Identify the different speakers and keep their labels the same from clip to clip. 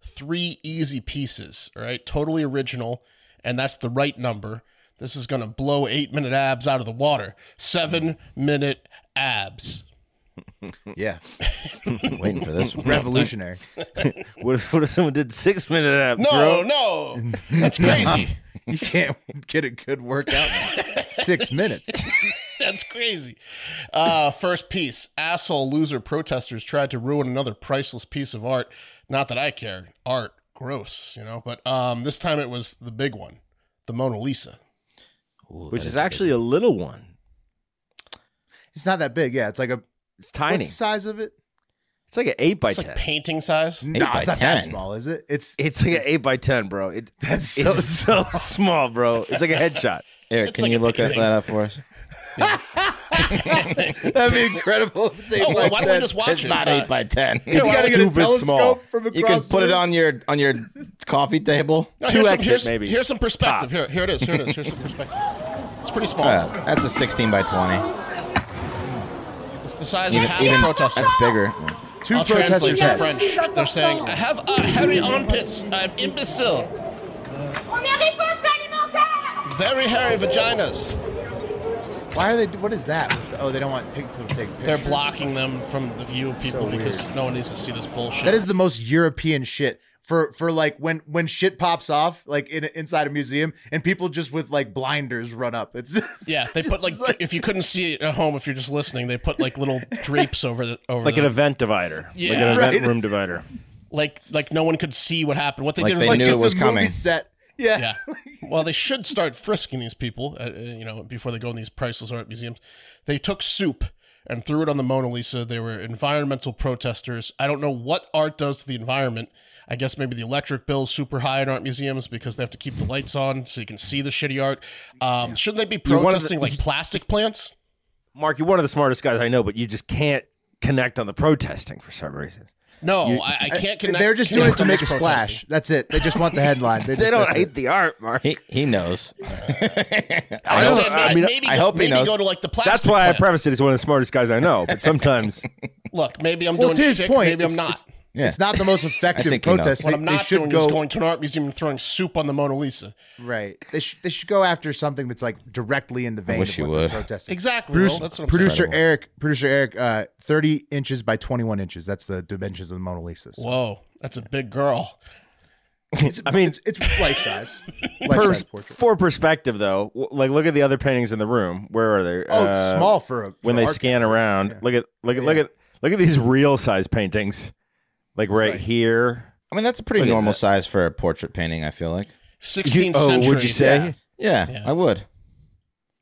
Speaker 1: Three Easy Pieces. All right, totally original, and that's the right number. This is gonna blow eight minute abs out of the water. Seven minute abs.
Speaker 2: Yeah.
Speaker 3: Waiting for this one.
Speaker 2: Revolutionary.
Speaker 4: What if, what if someone did six minute abs,
Speaker 1: No,
Speaker 4: bro?
Speaker 1: no, that's crazy.
Speaker 2: You can't get a good workout in six minutes.
Speaker 1: That's crazy. Uh, first piece asshole loser protesters tried to ruin another priceless piece of art. Not that I care. Art, gross, you know. But um, this time it was the big one, the Mona Lisa.
Speaker 3: Ooh,
Speaker 4: Which
Speaker 3: that
Speaker 4: is
Speaker 3: a big-
Speaker 4: actually a little one.
Speaker 2: It's not that big. Yeah, it's like a
Speaker 4: It's tiny.
Speaker 2: What's the size of it?
Speaker 4: It's like an eight by
Speaker 1: It's like
Speaker 4: ten.
Speaker 1: painting size.
Speaker 2: No,
Speaker 3: by
Speaker 2: it's not that
Speaker 3: 10.
Speaker 2: small, is it? It's
Speaker 4: it's like an eight by ten, bro. It,
Speaker 2: that's so.
Speaker 4: it's so small, bro. It's like a headshot.
Speaker 3: Eric,
Speaker 1: It's
Speaker 3: can
Speaker 1: like
Speaker 3: you
Speaker 1: a
Speaker 3: look
Speaker 1: big
Speaker 3: at
Speaker 1: thing.
Speaker 3: that up for us?
Speaker 2: That'd be incredible. If it's eight by
Speaker 1: Oh, well, why don't we
Speaker 2: 10.
Speaker 1: just watch
Speaker 3: It's
Speaker 1: it?
Speaker 3: not
Speaker 1: Uh,
Speaker 3: eight by ten.
Speaker 2: You
Speaker 4: It's
Speaker 2: gotta get a
Speaker 4: stupid
Speaker 2: telescope
Speaker 4: small.
Speaker 2: from across.
Speaker 3: You can put
Speaker 2: the
Speaker 3: it on your on your coffee table.
Speaker 1: no,
Speaker 4: two
Speaker 1: here's some,
Speaker 4: exit,
Speaker 1: here's,
Speaker 4: maybe.
Speaker 1: Here's some perspective.
Speaker 4: Tops.
Speaker 1: Here, here it is. Here it is. Here's some perspective. It's pretty small.
Speaker 3: Uh, that's a sixteen by twenty.
Speaker 1: it's the size
Speaker 3: Even,
Speaker 1: of half a
Speaker 3: even
Speaker 1: protester.
Speaker 3: that's bigger.
Speaker 2: Two
Speaker 1: I'll translate
Speaker 2: protesters'
Speaker 1: to
Speaker 2: heads.
Speaker 1: French. They're saying, I have uh, hairy armpits. I'm imbecile.
Speaker 5: On est riposte alimentaire
Speaker 1: Very hairy vaginas.
Speaker 2: Why are they? What is that? Oh, they don't want people to take pictures.
Speaker 1: They're blocking them from the view of people because no one needs to see this bullshit.
Speaker 2: That is the most European shit for for like when when shit pops off like in inside a museum and people just with like blinders run up. It's
Speaker 1: yeah, they put
Speaker 2: just
Speaker 1: like, if you couldn't see it at home if you're just listening, they put like little drapes over the over
Speaker 4: like
Speaker 1: the,
Speaker 4: an event divider, like an
Speaker 1: Yeah.
Speaker 4: event
Speaker 2: Right.
Speaker 4: room divider.
Speaker 1: like like no one could see what happened. What they
Speaker 3: Like
Speaker 1: did
Speaker 3: they
Speaker 1: was
Speaker 2: like
Speaker 1: like
Speaker 3: knew
Speaker 2: it's
Speaker 3: it was
Speaker 2: a
Speaker 3: coming.
Speaker 2: movie set. Yeah.
Speaker 1: Yeah. well, they should start frisking these people, uh, uh, you know, before they go in these priceless art museums. They took soup and threw it on the Mona Lisa. They were environmental protesters. I don't know what art does to the environment. I guess maybe the electric bill's super high in art museums because they have to keep the lights on so you can see the shitty art. Um, shouldn't they be
Speaker 4: one of the-
Speaker 1: protesting like plastic plants?
Speaker 4: Mark, you're one of the smartest guys I know, but you just can't connect on the protesting for some reason.
Speaker 1: No, I, I can't connect.
Speaker 2: They're just doing it to make a splash. That's it. They just want the headline. They, just,
Speaker 4: They don't
Speaker 2: that's
Speaker 4: hate the art, Mark.
Speaker 3: He he knows.
Speaker 1: I,
Speaker 4: don't-
Speaker 1: said,
Speaker 4: I mean,
Speaker 1: maybe,
Speaker 3: I hope he
Speaker 1: maybe
Speaker 3: knows.
Speaker 1: go to like the plastic.
Speaker 4: That's why I
Speaker 1: plant.
Speaker 4: prefaced it as one of the smartest guys I know. But sometimes,
Speaker 1: look. Maybe I'm
Speaker 2: Well,
Speaker 1: doing
Speaker 2: to his
Speaker 1: shit.
Speaker 2: point,
Speaker 1: maybe I'm
Speaker 2: it's-
Speaker 1: not.
Speaker 3: Yeah.
Speaker 2: It's not the most
Speaker 3: I
Speaker 2: effective
Speaker 3: think he knows.
Speaker 2: protest.
Speaker 1: What
Speaker 2: They,
Speaker 1: I'm
Speaker 2: they
Speaker 1: not
Speaker 2: should
Speaker 1: doing
Speaker 2: go
Speaker 1: is going to an art museum and throwing soup on the Mona Lisa.
Speaker 2: right. They, sh- they should go after something that's like directly in the vein
Speaker 3: wish
Speaker 2: of
Speaker 3: you
Speaker 2: what they're
Speaker 3: would.
Speaker 2: protesting.
Speaker 1: Exactly.
Speaker 2: Bruce,
Speaker 1: Will. That's what I'm
Speaker 2: producer Eric, producer Eric, uh, thirty inches by twenty-one inches. That's the dimensions of the Mona Lisa. So
Speaker 1: saying. Whoa, that's a big girl.
Speaker 4: I mean,
Speaker 2: it's, it's life size. life
Speaker 4: per,
Speaker 2: size portrait.
Speaker 4: for perspective, though, w- like look at the other paintings in the room. Where are they?
Speaker 2: Oh,
Speaker 4: Uh,
Speaker 2: small for a
Speaker 4: When
Speaker 2: for
Speaker 4: they
Speaker 2: art-
Speaker 4: scan around, look at look at look at look at these real size paintings, like right, here.
Speaker 3: I mean, that's a pretty
Speaker 4: Look at
Speaker 3: normal
Speaker 4: that.
Speaker 3: size for a portrait painting. I feel like.
Speaker 1: 16th
Speaker 4: You- oh,
Speaker 1: century.
Speaker 4: would you say?
Speaker 3: Yeah,
Speaker 1: Yeah.
Speaker 3: I would.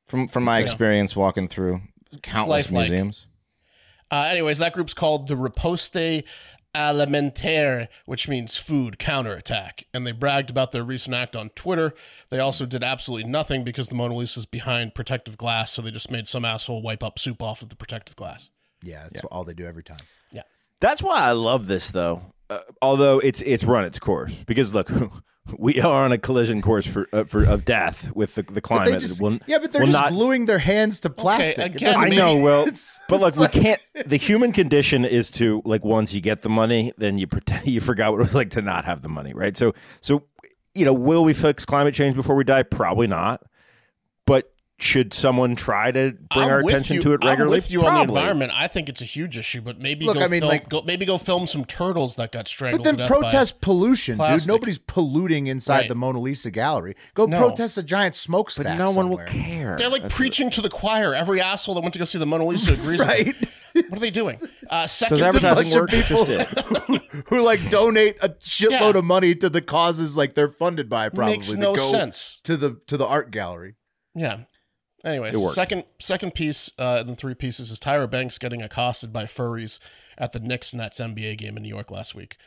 Speaker 3: From from my experience walking through countless
Speaker 1: lifelike.
Speaker 3: museums.
Speaker 1: Uh, anyways, that group's called the Riposte Alimentaire, which means food counterattack. And they bragged about their recent act on Twitter. They also did absolutely nothing because the Mona Lisa's behind protective glass, so they just made some asshole wipe up soup off of the protective glass.
Speaker 2: Yeah, that's all they do every time.
Speaker 4: That's why I love this, though. Uh, although it's it's run its course because look, we are on a collision course for uh, for of death with the the
Speaker 2: But they
Speaker 4: climate.
Speaker 2: just,
Speaker 4: Will-
Speaker 2: yeah, but they're
Speaker 4: will
Speaker 2: just
Speaker 4: not-
Speaker 2: gluing their hands to plastic. It
Speaker 1: again,
Speaker 2: doesn't
Speaker 4: I
Speaker 1: maybe-
Speaker 4: know, well,
Speaker 2: It's-
Speaker 4: but like
Speaker 2: it's
Speaker 4: we
Speaker 2: like-
Speaker 4: can't. The human condition is to like once you get the money, then you pretend you forgot what it was like to not have the money, right? So, so you know, will we fix climate change before we die? Probably not. But should someone try to bring
Speaker 1: I'm
Speaker 4: our
Speaker 1: with
Speaker 4: attention
Speaker 1: you-
Speaker 4: to it regularly?
Speaker 1: I'm with you
Speaker 4: Probably.
Speaker 1: on the environment. I think it's a huge issue, but maybe
Speaker 2: Look,
Speaker 1: go
Speaker 2: I mean,
Speaker 1: film,
Speaker 2: like-
Speaker 1: go, maybe go film some turtles that got
Speaker 2: But
Speaker 1: strangled.
Speaker 2: then
Speaker 1: to death by-
Speaker 2: protest pollution,
Speaker 1: plastic.
Speaker 2: dude. Nobody's polluting inside
Speaker 1: Right.
Speaker 2: the Mona Lisa gallery. Go
Speaker 1: No.
Speaker 2: protest a giant smokestack.
Speaker 4: But no one will
Speaker 2: somewhere.
Speaker 4: care.
Speaker 1: They're like preaching to the choir. Every asshole that went to go see the Mona Lisa agrees. with
Speaker 2: Right?
Speaker 1: them. What are they doing? Uh,
Speaker 4: Does
Speaker 1: second,
Speaker 4: advertising
Speaker 2: bunch of
Speaker 4: work? It Just did.
Speaker 2: who like donate a shitload
Speaker 1: Yeah.
Speaker 2: of money to the causes like they're funded by probably
Speaker 1: makes
Speaker 2: that
Speaker 1: no
Speaker 2: go
Speaker 1: sense.
Speaker 2: to the to the art gallery.
Speaker 1: Yeah. Anyway,
Speaker 4: It worked.
Speaker 1: second second piece uh, in the three pieces is Tyra Banks getting accosted by furries at the Knicks Nets NBA game in New York last week.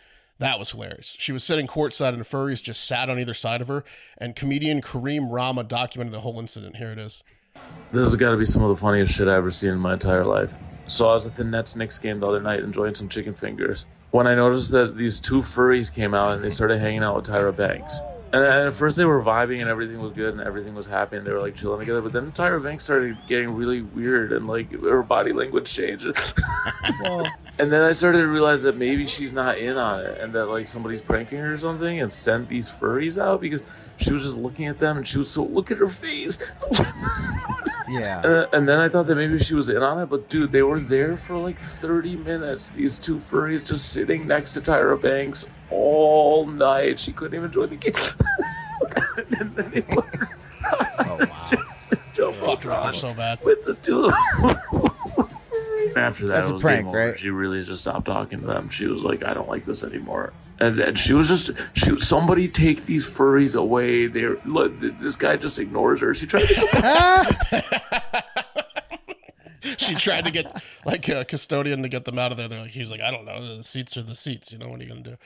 Speaker 1: That was hilarious. She was sitting courtside, and furries just sat on either side of her. And comedian Kareem Rama documented the whole incident. Here it is.
Speaker 6: This has got to be some of the funniest shit I've ever seen in my entire life. So I was at the Nets Knicks game the other night enjoying some chicken fingers when I noticed that these two furries came out and they started hanging out with Tyra Banks. And and at first they were vibing and everything was good and everything was happy and they were like chilling together. But then Tyra Banks started getting really weird and like her body language changed. and then I started to realize that maybe she's not in on it and that like somebody's pranking her or something and sent these furries out because she was just looking at them and she was so look at her face.
Speaker 2: Yeah.
Speaker 6: Uh, and then I thought that maybe she was in on it, but dude, they were there for like 30 minutes. These two furries just sitting next to Tyra Banks all night. She couldn't even join the game. and then they put her
Speaker 2: Oh wow.
Speaker 1: Fucking are so bad.
Speaker 6: with the two of them. After that,
Speaker 2: That's
Speaker 6: it
Speaker 2: a
Speaker 6: was
Speaker 2: prank,
Speaker 6: game over.
Speaker 2: right?
Speaker 6: She really just stopped talking to them. She was like, "I don't like this anymore." And, and she was just, she somebody take these furries away. They're look, th- this guy just ignores her. She tried to go
Speaker 1: She tried to get like a custodian to get them out of there. They're like, he's like, I don't know. The seats are the seats. You know what are you gonna do?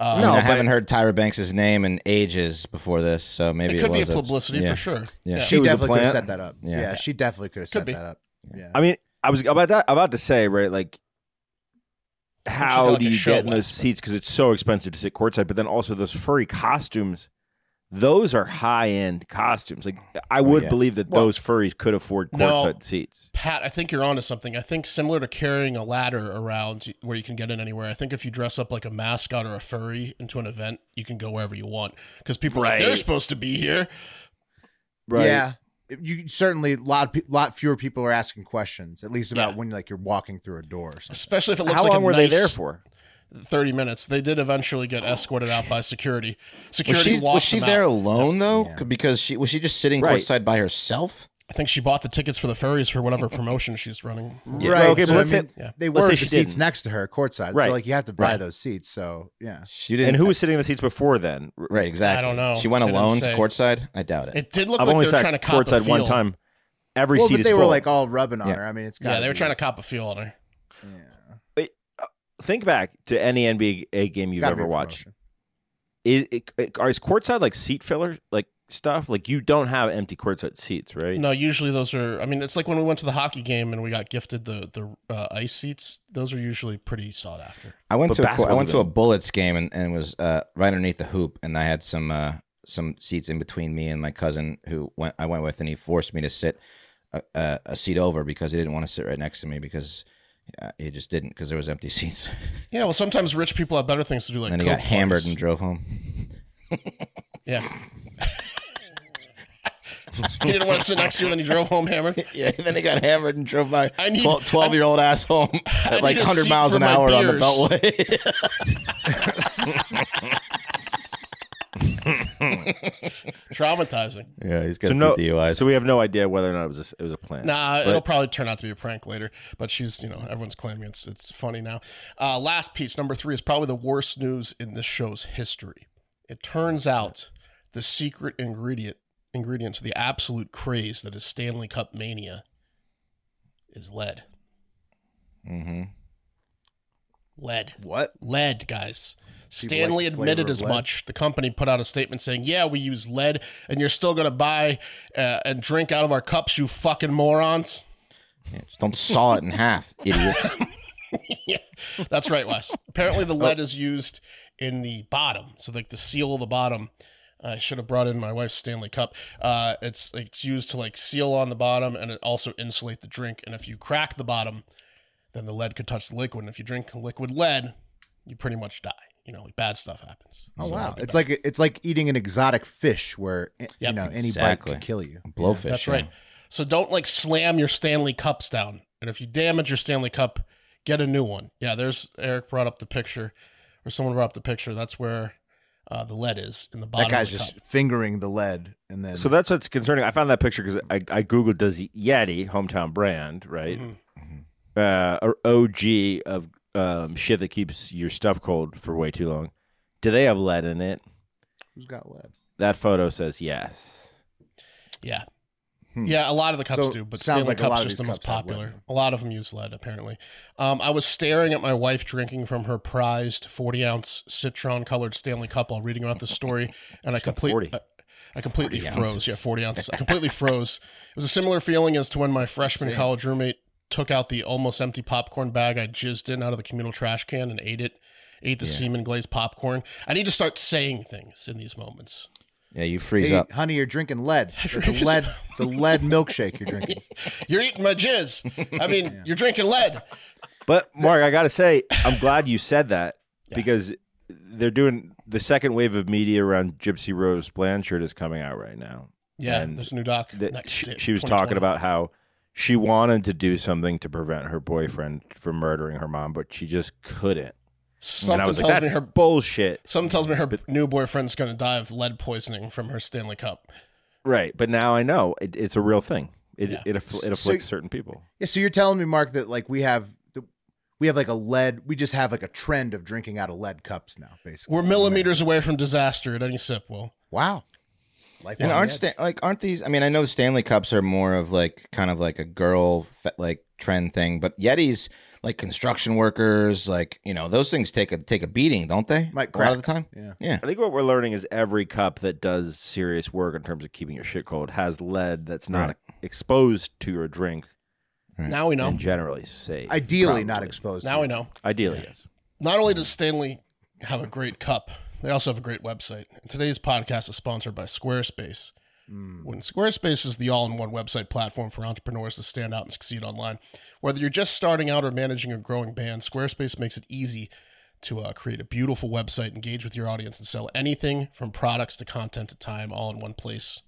Speaker 1: Uh, Um,
Speaker 3: I, mean, I haven't heard Tyra Banks' name in ages before this, so maybe it,
Speaker 1: Could be a
Speaker 3: was
Speaker 1: publicity
Speaker 3: yeah.
Speaker 1: for sure.
Speaker 3: Yeah.
Speaker 2: She
Speaker 4: It was a
Speaker 2: definitely could have
Speaker 4: plant.
Speaker 2: set that up. Yeah.
Speaker 3: Yeah.
Speaker 2: she definitely could have set
Speaker 1: be.
Speaker 2: that up. Yeah.
Speaker 4: I mean, I was about that about to say right, like
Speaker 1: should do
Speaker 4: how
Speaker 1: like
Speaker 4: do
Speaker 1: a
Speaker 4: you
Speaker 1: show
Speaker 4: get in those
Speaker 1: last, but-
Speaker 4: seats because it's so expensive to sit courtside, but then also those furry costumes. Those are high end costumes. Like
Speaker 1: Oh,
Speaker 4: I would
Speaker 3: yeah.
Speaker 4: believe that
Speaker 2: Well-
Speaker 4: those furries could afford
Speaker 1: No.
Speaker 4: courtside seats.
Speaker 1: Pat, I think you're onto something. I think similar to carrying a ladder around where you can get in anywhere. I think if you dress up like a mascot or a furry into an event, you can go wherever you want because people are like,
Speaker 4: Right.
Speaker 1: they're supposed to be here.
Speaker 4: Right.
Speaker 2: Yeah. You certainly a lot of pe- lot fewer people are asking questions, at least about
Speaker 1: Yeah.
Speaker 2: when like you're walking through a door or something.
Speaker 1: Especially if it looks
Speaker 4: How
Speaker 1: like
Speaker 4: long
Speaker 1: a
Speaker 4: were they
Speaker 1: nice
Speaker 4: there for?
Speaker 1: Thirty minutes. They did eventually get escorted out by security.
Speaker 3: Was
Speaker 1: Security
Speaker 3: she
Speaker 1: walked
Speaker 3: was she
Speaker 1: them
Speaker 3: there
Speaker 1: out.
Speaker 3: alone though?
Speaker 2: Yeah.
Speaker 3: Because she was she just sitting
Speaker 4: Right.
Speaker 3: courtside by herself?
Speaker 1: I think she bought the tickets for the furries for whatever promotion she's running.
Speaker 4: Yeah.
Speaker 2: Right.
Speaker 4: Okay,
Speaker 2: so,
Speaker 4: but let's
Speaker 2: I mean,
Speaker 4: say-
Speaker 2: they
Speaker 4: let's
Speaker 2: were
Speaker 4: say
Speaker 2: the
Speaker 4: she
Speaker 2: seats
Speaker 4: didn't.
Speaker 2: next to her courtside.
Speaker 4: Right.
Speaker 2: So like you have to buy
Speaker 3: Right.
Speaker 2: those seats. So yeah.
Speaker 3: She didn't.
Speaker 4: And who was sitting in the seats before then? R-
Speaker 3: Right, exactly.
Speaker 1: I don't know.
Speaker 3: She went
Speaker 1: They didn't
Speaker 3: alone to
Speaker 1: say.
Speaker 3: courtside. I doubt it.
Speaker 1: It did look
Speaker 4: I've
Speaker 1: like
Speaker 4: only
Speaker 1: they were
Speaker 4: sat
Speaker 1: trying to cop a
Speaker 4: courtside
Speaker 1: feel.
Speaker 4: one time. Every
Speaker 2: well,
Speaker 4: seat
Speaker 2: but
Speaker 4: is
Speaker 2: they
Speaker 4: full.
Speaker 2: were like all rubbing on
Speaker 3: Yeah.
Speaker 2: her. I mean, it's got
Speaker 1: Yeah, they were trying to cop a feel on her.
Speaker 4: Think back to any NBA game you've ever watched. Is, is courtside like seat filler like stuff? Like you don't have empty courtside seats, right?
Speaker 1: No, usually those are. I mean, it's like when we went to the hockey game and we got gifted the the uh, ice seats. Those are usually pretty sought after.
Speaker 3: I went
Speaker 4: But
Speaker 3: to a, cour- I
Speaker 4: basketball's
Speaker 3: went to a
Speaker 4: good.
Speaker 3: Bullets game and, and was uh, right underneath the hoop, and I had some uh, some seats in between me and my cousin who went I went with, and he forced me to sit a, a, a seat over because he didn't want to sit right next to me because uh, he just didn't because there was empty seats.
Speaker 1: Yeah, well, sometimes rich people have better things to do, like
Speaker 3: and then he
Speaker 1: coke
Speaker 3: got hammered
Speaker 1: parties.
Speaker 3: and drove home.
Speaker 1: yeah. he didn't want to sit next to you, and then he drove home hammered.
Speaker 3: yeah, then he got hammered and drove my
Speaker 1: I need-
Speaker 3: 12, year old ass home at like
Speaker 1: need a
Speaker 3: 100
Speaker 1: seat
Speaker 3: miles
Speaker 1: for
Speaker 3: an
Speaker 1: my
Speaker 3: hour on the
Speaker 1: beers.
Speaker 3: beltway.
Speaker 1: Traumatizing.
Speaker 3: yeah, he's got
Speaker 4: So
Speaker 3: a
Speaker 4: no,
Speaker 3: few DUIs.
Speaker 4: so we have no idea whether or not it was a, it was a plan.
Speaker 1: Nah,
Speaker 4: But
Speaker 1: it'll probably turn out to be a prank later. But she's, you know, everyone's claiming it's it's funny now. Uh, last piece, number three, is probably the worst news in this show's history. It turns out the secret ingredient ingredient to the absolute craze that is Stanley Cup mania is lead.
Speaker 3: mm-hmm.
Speaker 1: Lead.
Speaker 2: What?
Speaker 1: Lead, guys.
Speaker 2: People
Speaker 1: Stanley
Speaker 2: like the flavor
Speaker 1: admitted
Speaker 2: of
Speaker 1: as
Speaker 2: lead.
Speaker 1: much. The company put out a statement saying, "Yeah, we use lead, and you're still going to buy uh, and drink out of our cups, you fucking morons."
Speaker 3: yeah, just don't saw it in half, idiots.
Speaker 1: yeah, that's right, Wes. Apparently,
Speaker 2: Oh.
Speaker 1: the lead is used in the bottom, so like the seal of the bottom. I should have brought in my wife's Stanley cup. Uh, it's it's used to like seal on the bottom, and it also insulate the drink. And if you crack the bottom, then the lead could touch the liquid. And if you drink liquid lead, you pretty much die. You know, like bad stuff happens.
Speaker 2: Oh
Speaker 1: So
Speaker 2: wow!
Speaker 1: that'd be
Speaker 2: It's
Speaker 1: bad.
Speaker 2: like it's like eating an exotic fish, where eh, you
Speaker 1: Yep.
Speaker 2: know any
Speaker 3: Exactly.
Speaker 2: bite could kill you.
Speaker 3: Blowfish.
Speaker 1: that's
Speaker 3: yeah.
Speaker 1: right. So don't like slam your Stanley cups down. And if you damage your Stanley cup, get a new one. Yeah, there's Eric brought up the picture, or someone brought up the picture. That's where uh, the lead is in the bottom.
Speaker 2: That guy's
Speaker 1: of the
Speaker 2: just
Speaker 1: cup.
Speaker 2: fingering the lead, and then
Speaker 4: So that's what's concerning. I found that picture because I, I googled does Yeti hometown brand right,
Speaker 1: Mhm.
Speaker 4: Uh, uh, or OG of um, shit that keeps your stuff cold for way too long. Do they have lead in it?
Speaker 2: Who's got lead?
Speaker 4: That photo says yes.
Speaker 1: Yeah. Yeah, a lot of the cups
Speaker 2: Hmm. So,
Speaker 1: do, but
Speaker 2: sounds
Speaker 1: Stanley
Speaker 2: like a lot
Speaker 1: Cup's
Speaker 2: of
Speaker 1: just the
Speaker 2: these
Speaker 1: most
Speaker 2: cups have lead in
Speaker 1: popular.
Speaker 2: them.
Speaker 1: A lot of them use lead, apparently. Um, I was staring at my wife drinking from her prized 40 ounce citron colored Stanley Cup while reading about this story, and I, complete,
Speaker 4: 40.
Speaker 1: I, I completely
Speaker 3: 40
Speaker 1: froze.
Speaker 3: ounces.
Speaker 1: Yeah, 40 ounces. I completely froze. It was a similar feeling as to when my freshman college roommate took out the almost empty popcorn bag I jizzed in out of the communal trash can and ate it. Ate the semen glazed popcorn. I need to start saying things in these moments.
Speaker 3: Yeah, you freeze
Speaker 2: Hey,
Speaker 3: up.
Speaker 2: honey, you're drinking lead. It's a
Speaker 1: freeze
Speaker 2: lead. It's a lead milkshake you're drinking.
Speaker 1: You're eating my jizz. I mean, you're drinking lead.
Speaker 4: But Mark, I gotta say, I'm glad you said that because they're doing the second wave of media around Gypsy Rose Blanchard is coming out right now.
Speaker 1: Yeah,
Speaker 4: And
Speaker 1: there's a new doc.
Speaker 4: that
Speaker 1: next
Speaker 4: she,
Speaker 1: year,
Speaker 4: she was talking
Speaker 1: 2020.
Speaker 4: about how she wanted to do something to prevent her boyfriend from murdering her mom, but she just couldn't.
Speaker 1: something
Speaker 4: and I was like,
Speaker 1: tells
Speaker 4: "That's
Speaker 1: me her
Speaker 4: bullshit."
Speaker 1: something tells me her new boyfriend's gonna die of lead poisoning from her Stanley Cup.
Speaker 4: Right, but now I know it, it's a real thing. It
Speaker 1: Yeah.
Speaker 4: it, affl- it afflicts certain people.
Speaker 2: Yeah, so you're telling me, Mark, that like we have the, we have like a lead. We just have like a trend of drinking out of lead cups now, basically.
Speaker 1: We're millimeters away from disaster at any sip. Well,
Speaker 2: Wow. Life
Speaker 3: And
Speaker 2: on
Speaker 3: aren't
Speaker 2: the edge.
Speaker 3: Stan- like aren't these? I mean, I know the Stanley Cups are more of like kind of like a girl fe- like trend thing, but Yetis like construction workers, like you know those things take a take a beating, don't they?
Speaker 2: Might
Speaker 3: a lot of the
Speaker 2: crack.
Speaker 3: time.
Speaker 2: Yeah.
Speaker 3: Yeah.
Speaker 4: I think what we're learning is every cup that does serious work in terms of keeping your shit cold has lead that's not
Speaker 3: Right.
Speaker 4: exposed to your drink
Speaker 1: now we know.
Speaker 4: and generally safe.
Speaker 2: Ideally, not
Speaker 4: probably.
Speaker 2: exposed.
Speaker 1: Now
Speaker 2: to
Speaker 1: we
Speaker 2: it.
Speaker 1: know.
Speaker 4: Ideally, yes.
Speaker 1: Not only does Stanley have a great cup, they also have a great website. And today's podcast is sponsored by Squarespace.
Speaker 2: Hmm.
Speaker 1: When Squarespace is the all in one website platform for entrepreneurs to stand out and succeed online, whether you're just starting out or managing a growing band, Squarespace makes it easy to uh, create a beautiful website, engage with your audience, and sell anything from products to content to time all in one place.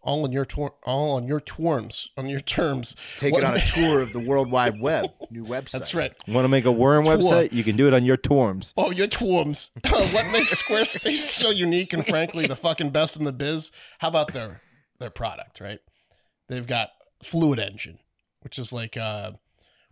Speaker 1: All in your tor- all on your terms, on your terms.
Speaker 2: Take
Speaker 1: What-
Speaker 2: it on a tour of the World Wide Web, new website.
Speaker 1: That's right.
Speaker 4: Want to make a worm website? You can do it on your Torms.
Speaker 1: Oh, your tworms. what makes Squarespace so unique and frankly the fucking best in the biz? How about their their product, right? They've got Fluid Engine, which is like uh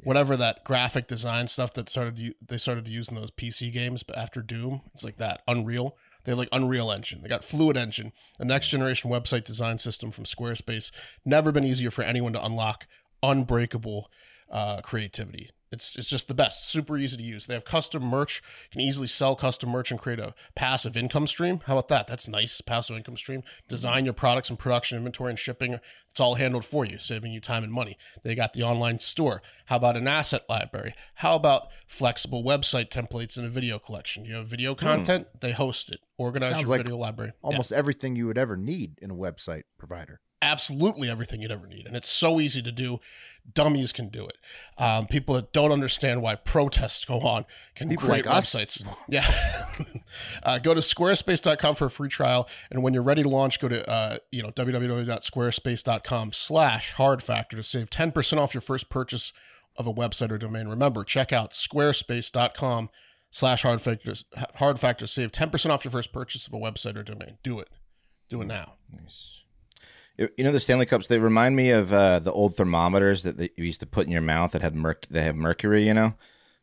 Speaker 1: whatever that graphic design stuff that started to, they started to use in those PC games but after Doom. It's like that Unreal. They have like Unreal Engine. They got Fluid Engine, a next generation website design system from Squarespace. Never been easier for anyone to unlock unbreakable uh, creativity. It's, it's just the best. Super easy to use. They have custom merch. You can easily sell custom merch and create a passive income stream. How about that? That's nice. Passive income stream. Design your products and production, inventory, and shipping. It's all handled for you, saving you time and money. They got the online store. How about an asset library? How about flexible website templates and a video collection? You have video content, they host it. Organize
Speaker 2: Hmm. Sounds
Speaker 1: your
Speaker 2: like
Speaker 1: video library. Yeah
Speaker 2: Almost everything you would ever need in a website provider.
Speaker 1: absolutely everything you'd ever need. And it's so easy to do. Dummies can do it. Um, people that don't understand why protests go on can
Speaker 2: People
Speaker 1: create
Speaker 2: like us?
Speaker 1: websites. Yeah. uh, go to squarespace.com for a free trial. And when you're ready to launch, go to, uh, you know, www.squarespace.com slash hard factor to save 10% off your first purchase of a website or domain. Remember, check out squarespace.com slash hard factor, hard factor, to save 10% off your first purchase of a website or domain. Do it. Do it now.
Speaker 3: You you know the Stanley Cups? They remind me of uh, the old thermometers that they, you used to put in your mouth that had merc. They have mercury, you know,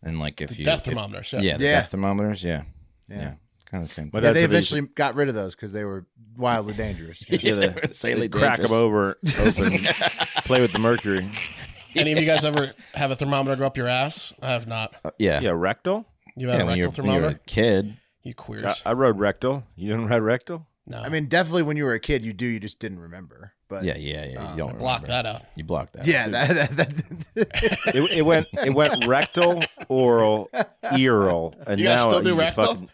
Speaker 3: and like if you
Speaker 1: Death
Speaker 3: if-
Speaker 1: thermometers.
Speaker 3: yeah, the
Speaker 2: Yeah.
Speaker 3: death thermometers, yeah,
Speaker 2: Yeah.
Speaker 3: yeah, kind of the same.
Speaker 4: But
Speaker 2: Yeah,
Speaker 4: that's
Speaker 2: they
Speaker 4: what they
Speaker 2: eventually got rid of those because they were wildly dangerous. Yeah.
Speaker 4: Yeah, they-
Speaker 3: Insanely
Speaker 4: they crack them
Speaker 3: dangerous.
Speaker 4: over, open, play with the mercury.
Speaker 1: Any of you guys ever have a thermometer go up your ass? I have not.
Speaker 3: Uh, yeah,
Speaker 4: Yeah, rectal.
Speaker 1: You
Speaker 3: Yeah,
Speaker 1: have a
Speaker 3: when,
Speaker 1: rectal
Speaker 3: you're, when you're
Speaker 1: thermometer?
Speaker 3: a kid,
Speaker 1: You queers.
Speaker 4: I, I rode rectal. You didn't ride rectal?
Speaker 1: no.
Speaker 2: I mean, definitely when you were a kid, you do. You just didn't remember. But
Speaker 3: yeah, yeah, yeah, you don't
Speaker 1: block
Speaker 3: remember.
Speaker 1: that out.
Speaker 3: You block that.
Speaker 2: yeah, that, that, that
Speaker 4: It, it went it went rectal, oral, earal, and
Speaker 1: You guys
Speaker 4: now
Speaker 1: still do
Speaker 4: you
Speaker 1: rectal?
Speaker 4: fucking-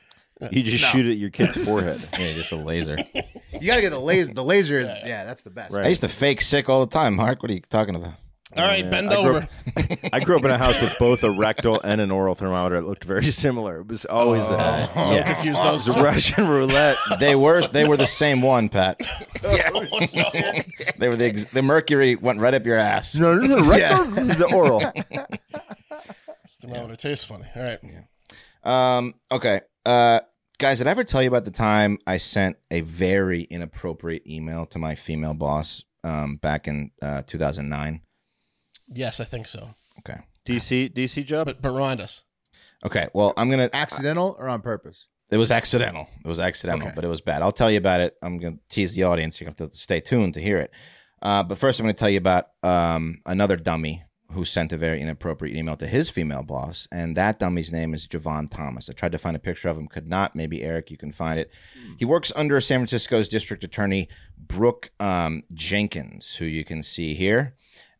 Speaker 4: you just shoot at your kid's forehead.
Speaker 3: yeah, just a laser.
Speaker 2: you gotta get the laser. The laser is yeah, that's the best.
Speaker 4: Right.
Speaker 3: I used to fake sick all the time, Mark. What are you talking about?
Speaker 1: All right, bend
Speaker 4: I grew
Speaker 1: over.
Speaker 4: up- I grew up in a house with both a rectal and an oral thermometer. It looked very similar. It was always a,
Speaker 1: Don't
Speaker 4: yeah.
Speaker 1: confuse
Speaker 4: It
Speaker 1: those.
Speaker 4: was a Russian roulette.
Speaker 3: They were they were the same one, Pat.
Speaker 1: two.
Speaker 3: They were the ex- the mercury went right up your ass.
Speaker 4: No, no, no, rectal, the oral.
Speaker 1: This thermometer tastes funny. All right.
Speaker 3: Um, okay. Uh, guys, did I ever tell you about the time I sent a very inappropriate email to my female boss um, back in uh, 2009?
Speaker 1: Yes, I think so.
Speaker 3: Okay.
Speaker 4: DC DC job.
Speaker 1: but but remind us.
Speaker 3: Okay, well, I'm gonna.
Speaker 2: Accidental or on purpose?
Speaker 3: It was accidental. It was accidental,
Speaker 2: Okay.
Speaker 3: but it was bad. I'll tell you about it. I'm gonna tease the audience. You have to stay tuned to hear it. Uh, but first, I'm gonna tell you about um, another dummy who sent a very inappropriate email to his female boss, and that dummy's name is Javon Thomas. I tried to find a picture of him, could not. Maybe Eric, you can find it. He works under San Francisco's District Attorney Brooke um, Jenkins, who you can see here.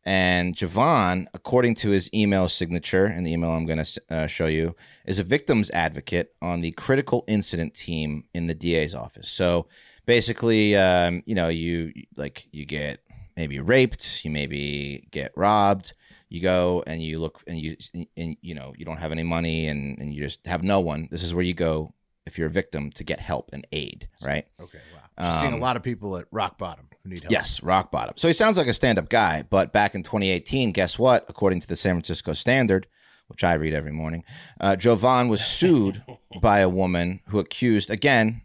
Speaker 3: And Javon, according to his email signature, and the email I'm going to uh, show you, is a victim's advocate on the critical incident team in the DA's office. So basically, um, you know, you like you get maybe raped, you maybe get robbed, you go and you look and you and you know you don't have any money and and you just have no one. This is where you go if you're a victim to get help and aid, right?
Speaker 2: Okay, wow. She's seeing a
Speaker 3: Um,
Speaker 2: lot of people at rock bottom who need help.
Speaker 3: Yes, rock bottom. So he sounds like a stand up guy, but back in 2018, guess what? According to the San Francisco Standard, which I read every morning, uh, Jovan was sued by a woman who accused, again,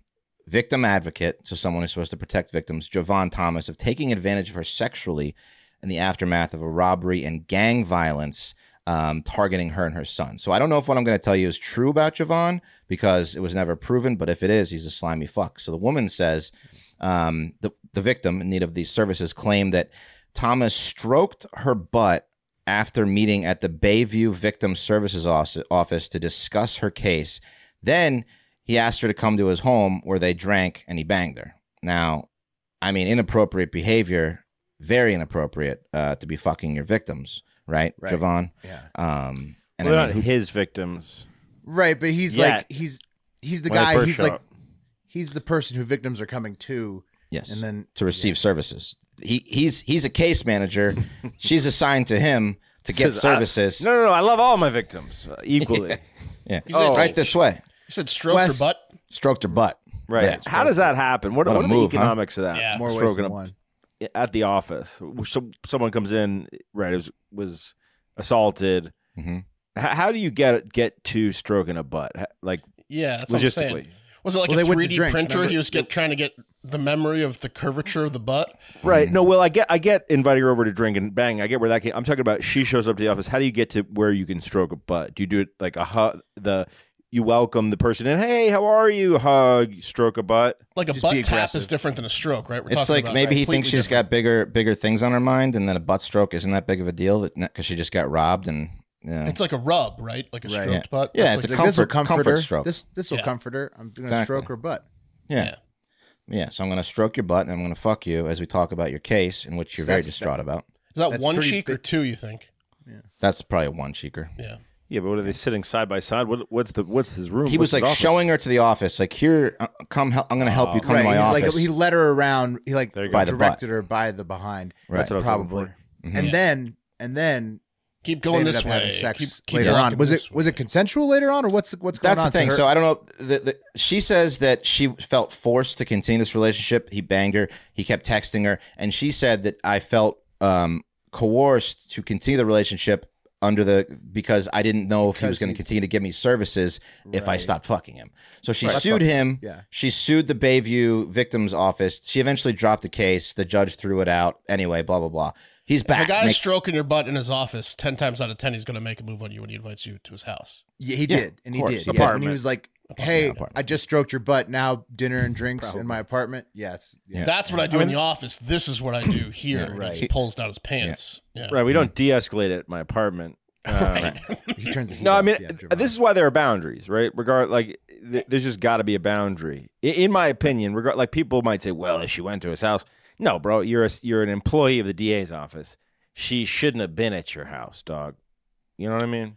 Speaker 3: victim advocate, so someone who's supposed to protect victims, Jovan Thomas, of taking advantage of her sexually in the aftermath of a robbery and gang violence. Um, targeting her and her son. So I don't know if what I'm going to tell you is true about Javon because it was never proven, but if it is, he's a slimy fuck. So the woman says um, the, the victim in need of these services claimed that Thomas stroked her butt after meeting at the Bayview Victim Services os- office to discuss her case. Then he asked her to come to his home where they drank and he banged her. Now, I mean, inappropriate behavior, very inappropriate uh, to be fucking your victims, right,
Speaker 2: Right.
Speaker 3: Javon?
Speaker 2: Yeah.
Speaker 3: Um, and
Speaker 4: Well, they're
Speaker 3: I mean,
Speaker 4: not
Speaker 3: who-
Speaker 4: his victims.
Speaker 2: Right, but he's
Speaker 4: Yeah.
Speaker 2: like he's he's the
Speaker 4: when they
Speaker 2: guy.
Speaker 4: first
Speaker 2: He's
Speaker 4: show
Speaker 2: like
Speaker 4: up.
Speaker 2: he's the person who victims are coming to,
Speaker 3: yes.
Speaker 2: and then
Speaker 3: to receive services. He he's he's a case manager. She's assigned to him to get
Speaker 4: Says, I-
Speaker 3: services.
Speaker 4: no, no, no. I love all my victims uh, equally.
Speaker 3: yeah.
Speaker 1: He's
Speaker 2: Oh.
Speaker 1: like,
Speaker 3: Right this way.
Speaker 1: You said stroke
Speaker 2: Wes-
Speaker 1: your butt.
Speaker 3: Stroked her butt.
Speaker 4: Right.
Speaker 3: Yeah.
Speaker 4: How does that happen? What,
Speaker 3: What
Speaker 4: what,
Speaker 3: a
Speaker 4: are
Speaker 3: move,
Speaker 4: the
Speaker 3: huh?
Speaker 4: economics of that?
Speaker 1: Yeah.
Speaker 2: more ways
Speaker 4: Stroking
Speaker 2: than
Speaker 4: up
Speaker 2: one.
Speaker 4: at the office. So someone comes in, right? It was, was assaulted.
Speaker 3: Mhm.
Speaker 4: How, how do you get get to stroking a butt? H- Like
Speaker 1: Yeah, that's what I'm
Speaker 4: Logistically.
Speaker 1: saying. Was it like
Speaker 2: Well,
Speaker 1: a
Speaker 2: they went to
Speaker 1: 3D
Speaker 2: drinks,
Speaker 1: printer?
Speaker 2: remember?
Speaker 1: He was get, trying to get the memory of the curvature of the butt.
Speaker 4: right? No, well, I get I get inviting her over to drink and bang. I get where that came. I'm talking about she shows up to the office. How do you get to where you can stroke a butt? Do you do it like a hug? The you welcome the person in. Hey, how are you? Hug, stroke a butt.
Speaker 1: Like a
Speaker 2: Just be
Speaker 1: butt tap is
Speaker 2: aggressive.
Speaker 1: different than a stroke, right? We're
Speaker 3: It's
Speaker 1: talking
Speaker 3: like
Speaker 1: about
Speaker 3: maybe he thinks
Speaker 1: completely
Speaker 3: she's
Speaker 1: different.
Speaker 3: got bigger bigger things on her mind, and then a butt stroke isn't that big of a deal because she just got robbed and yeah.
Speaker 1: It's like a rub, right? Like a stroked
Speaker 3: Yeah.
Speaker 1: butt.
Speaker 3: Yeah,
Speaker 1: That's
Speaker 3: it's
Speaker 1: like
Speaker 3: a
Speaker 2: Like, this will
Speaker 3: Comfort-
Speaker 2: comfort
Speaker 3: comfort
Speaker 2: her.
Speaker 3: stroke.
Speaker 2: This this will
Speaker 1: Yeah.
Speaker 2: comfort her. I'm gonna
Speaker 3: Exactly.
Speaker 2: stroke her butt.
Speaker 3: yeah. Yeah, so I'm going to stroke your butt and I'm going to fuck you as we talk about your case in which you're
Speaker 2: So
Speaker 3: very
Speaker 2: that's-
Speaker 3: distraught about.
Speaker 1: Is that
Speaker 2: That's
Speaker 1: one
Speaker 2: pretty
Speaker 1: cheek or two? You think?
Speaker 3: That's probably a one cheeker.
Speaker 1: Yeah.
Speaker 4: Yeah, but what are they sitting side by side? What, what's the what's his room?
Speaker 3: He
Speaker 4: What's
Speaker 3: was
Speaker 4: his
Speaker 3: like
Speaker 4: office?
Speaker 3: showing her to the office, like here, uh, come, hel- I'm going to help you come
Speaker 2: right.
Speaker 3: to my
Speaker 2: he's
Speaker 3: office.
Speaker 2: like he led her around. He like
Speaker 4: There you
Speaker 3: go. By the
Speaker 2: directed
Speaker 3: butt.
Speaker 2: her by the behind.
Speaker 3: Right. That's
Speaker 4: what I was looking
Speaker 2: probably.
Speaker 3: Mhm.
Speaker 2: And
Speaker 1: Yeah.
Speaker 2: then and then
Speaker 1: Keep
Speaker 2: they
Speaker 1: going
Speaker 2: ended
Speaker 1: this
Speaker 2: up having
Speaker 1: way.
Speaker 2: sex
Speaker 1: keep, keep
Speaker 2: later on.
Speaker 1: rocking
Speaker 2: Was
Speaker 1: this
Speaker 2: it was it
Speaker 1: way.
Speaker 2: consensual later on or what's what's going
Speaker 3: That's
Speaker 2: on? to
Speaker 3: the thing.
Speaker 2: her?
Speaker 3: So I don't know. The, the, she says that she felt forced to continue this relationship. He banged her. He kept texting her, and she said that I felt um, coerced to continue the relationship under the because I didn't know if he
Speaker 2: Because
Speaker 3: was going to
Speaker 2: he's-
Speaker 3: continue to give me services if I
Speaker 2: Right.
Speaker 3: stopped fucking him. So she sued him.
Speaker 2: Yeah.
Speaker 3: She sued the Bayview Victims Office. She eventually dropped the case. The judge threw it out. Anyway, blah blah blah. He's
Speaker 1: If a
Speaker 3: back.
Speaker 1: guy's
Speaker 3: Make-
Speaker 1: stroking your butt in his office, ten times out of ten, he's going to make a move on you when he invites you to his house.
Speaker 2: Yeah, he
Speaker 3: Yeah,
Speaker 2: did, and he
Speaker 3: course.
Speaker 2: did. Yeah. When he
Speaker 4: Apartment.
Speaker 2: was like, "Hey,
Speaker 3: apartment.
Speaker 2: I just stroked your butt. Now dinner and drinks in my apartment." Yes, yeah.
Speaker 3: Yeah.
Speaker 1: That's what I do in the office. This is what I do here. And He
Speaker 2: right.
Speaker 1: just pulls down his pants. Yeah.
Speaker 4: Right, we don't de-escalate it at my apartment. Uh,
Speaker 2: He turns. the heat
Speaker 4: No, I
Speaker 2: up.
Speaker 4: mean
Speaker 2: Yeah,
Speaker 4: th-
Speaker 2: Javon.
Speaker 4: this is why there are boundaries, right? Regard like th- there's just got to be a boundary, I- in my opinion. Regard like people might say, well, if she went to his house, no, bro, you're a, you're an employee of the DA's office. She shouldn't have been at your house, dog. You know what I mean?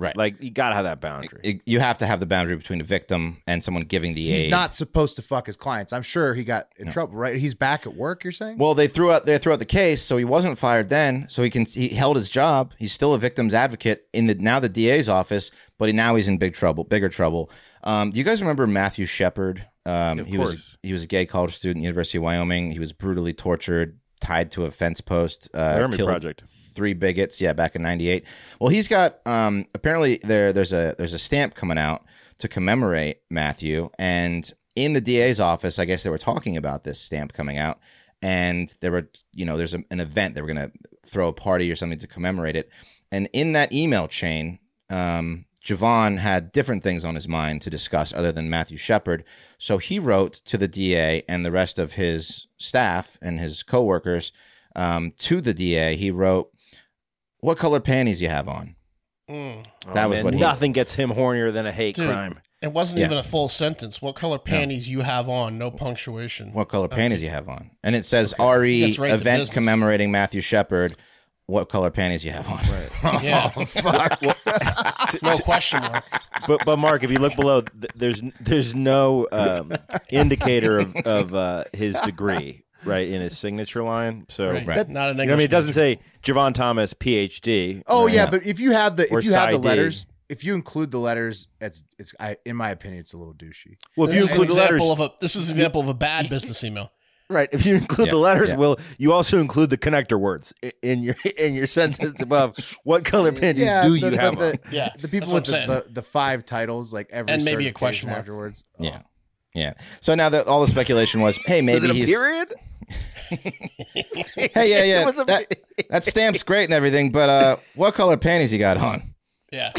Speaker 3: Right.
Speaker 4: Like you gotta have that boundary.
Speaker 3: it- you have to have the boundary between a victim and someone giving the
Speaker 2: He's
Speaker 3: aid.
Speaker 2: not supposed to fuck his clients. I'm sure he got in trouble, right? He's back at work. You're saying?
Speaker 3: Well, they threw out they threw out the case, so he wasn't fired then. So he can he held his job. He's still a victim's advocate in the now the DA's office, but he, now he's in big trouble, bigger trouble. Um, do you guys remember Matthew Shepard? Um,
Speaker 4: Of
Speaker 3: he was
Speaker 4: course.
Speaker 3: he was a gay college student, University of Wyoming. He was brutally tortured, tied to a fence post, uh,
Speaker 4: Laramie
Speaker 3: killed
Speaker 4: Project.
Speaker 3: three bigots. Yeah, back in '98. Well, he's got um, apparently there there's a there's a stamp coming out to commemorate Matthew, and in the DA's office, I guess they were talking about this stamp coming out, and there were you know there's a, an event they were gonna throw a party or something to commemorate it. And in that email chain, um, Javon had different things on his mind to discuss other than Matthew Shepard. So he wrote to the DA and the rest of his staff and his coworkers um, to the DA. He wrote, "What color panties you have on?"
Speaker 1: Mm.
Speaker 3: That
Speaker 4: Oh,
Speaker 3: was
Speaker 4: man,
Speaker 3: what he.
Speaker 4: Nothing gets him hornier than a hate
Speaker 1: Dude.
Speaker 4: crime.
Speaker 1: It wasn't
Speaker 3: Yeah.
Speaker 1: even a full sentence. What color panties you have on? No punctuation.
Speaker 3: What color panties you have on? And it says RE
Speaker 1: That's right to
Speaker 3: event
Speaker 1: business.
Speaker 3: commemorating Matthew Shepard. What color panties you have on?
Speaker 1: Yeah.
Speaker 2: Oh,
Speaker 1: no question mark.
Speaker 4: But but Mark, if you look below, th- there's there's no um, indicator of of uh, his degree right in his signature line. So
Speaker 1: Right.
Speaker 3: Right.
Speaker 1: Not an
Speaker 4: you
Speaker 1: English
Speaker 4: know, what I mean, it doesn't say Javon Thomas PhD.
Speaker 2: Oh
Speaker 3: Right.
Speaker 2: yeah, but if you have the
Speaker 4: Or
Speaker 2: if you have the
Speaker 4: side D.
Speaker 2: letters, if you include the letters, it's it's I in my opinion it's a little douchey.
Speaker 4: Well, if you
Speaker 1: This is an
Speaker 4: include the letters,
Speaker 1: example Of a, this is an example of a bad business email.
Speaker 4: right? If you include
Speaker 3: Yeah,
Speaker 4: the letters,
Speaker 3: yeah.
Speaker 4: will you also include the connector words i- in your in your sentence above? What color panties do you
Speaker 2: the,
Speaker 4: have?
Speaker 2: but
Speaker 4: on?
Speaker 2: the,
Speaker 1: Yeah,
Speaker 2: the
Speaker 1: that's
Speaker 2: people
Speaker 1: what
Speaker 2: with the,
Speaker 1: I'm
Speaker 2: the, the five titles, like every
Speaker 1: And maybe a
Speaker 2: certification
Speaker 1: question mark.
Speaker 2: afterwards. Oh,
Speaker 3: Yeah, yeah. So now that all the speculation was, hey, maybe
Speaker 4: Is it a
Speaker 3: he's
Speaker 4: period?
Speaker 3: hey, yeah, yeah.
Speaker 4: It was a-
Speaker 3: that, that stamp's great and everything, but uh, what color panties you got on?
Speaker 1: Yeah.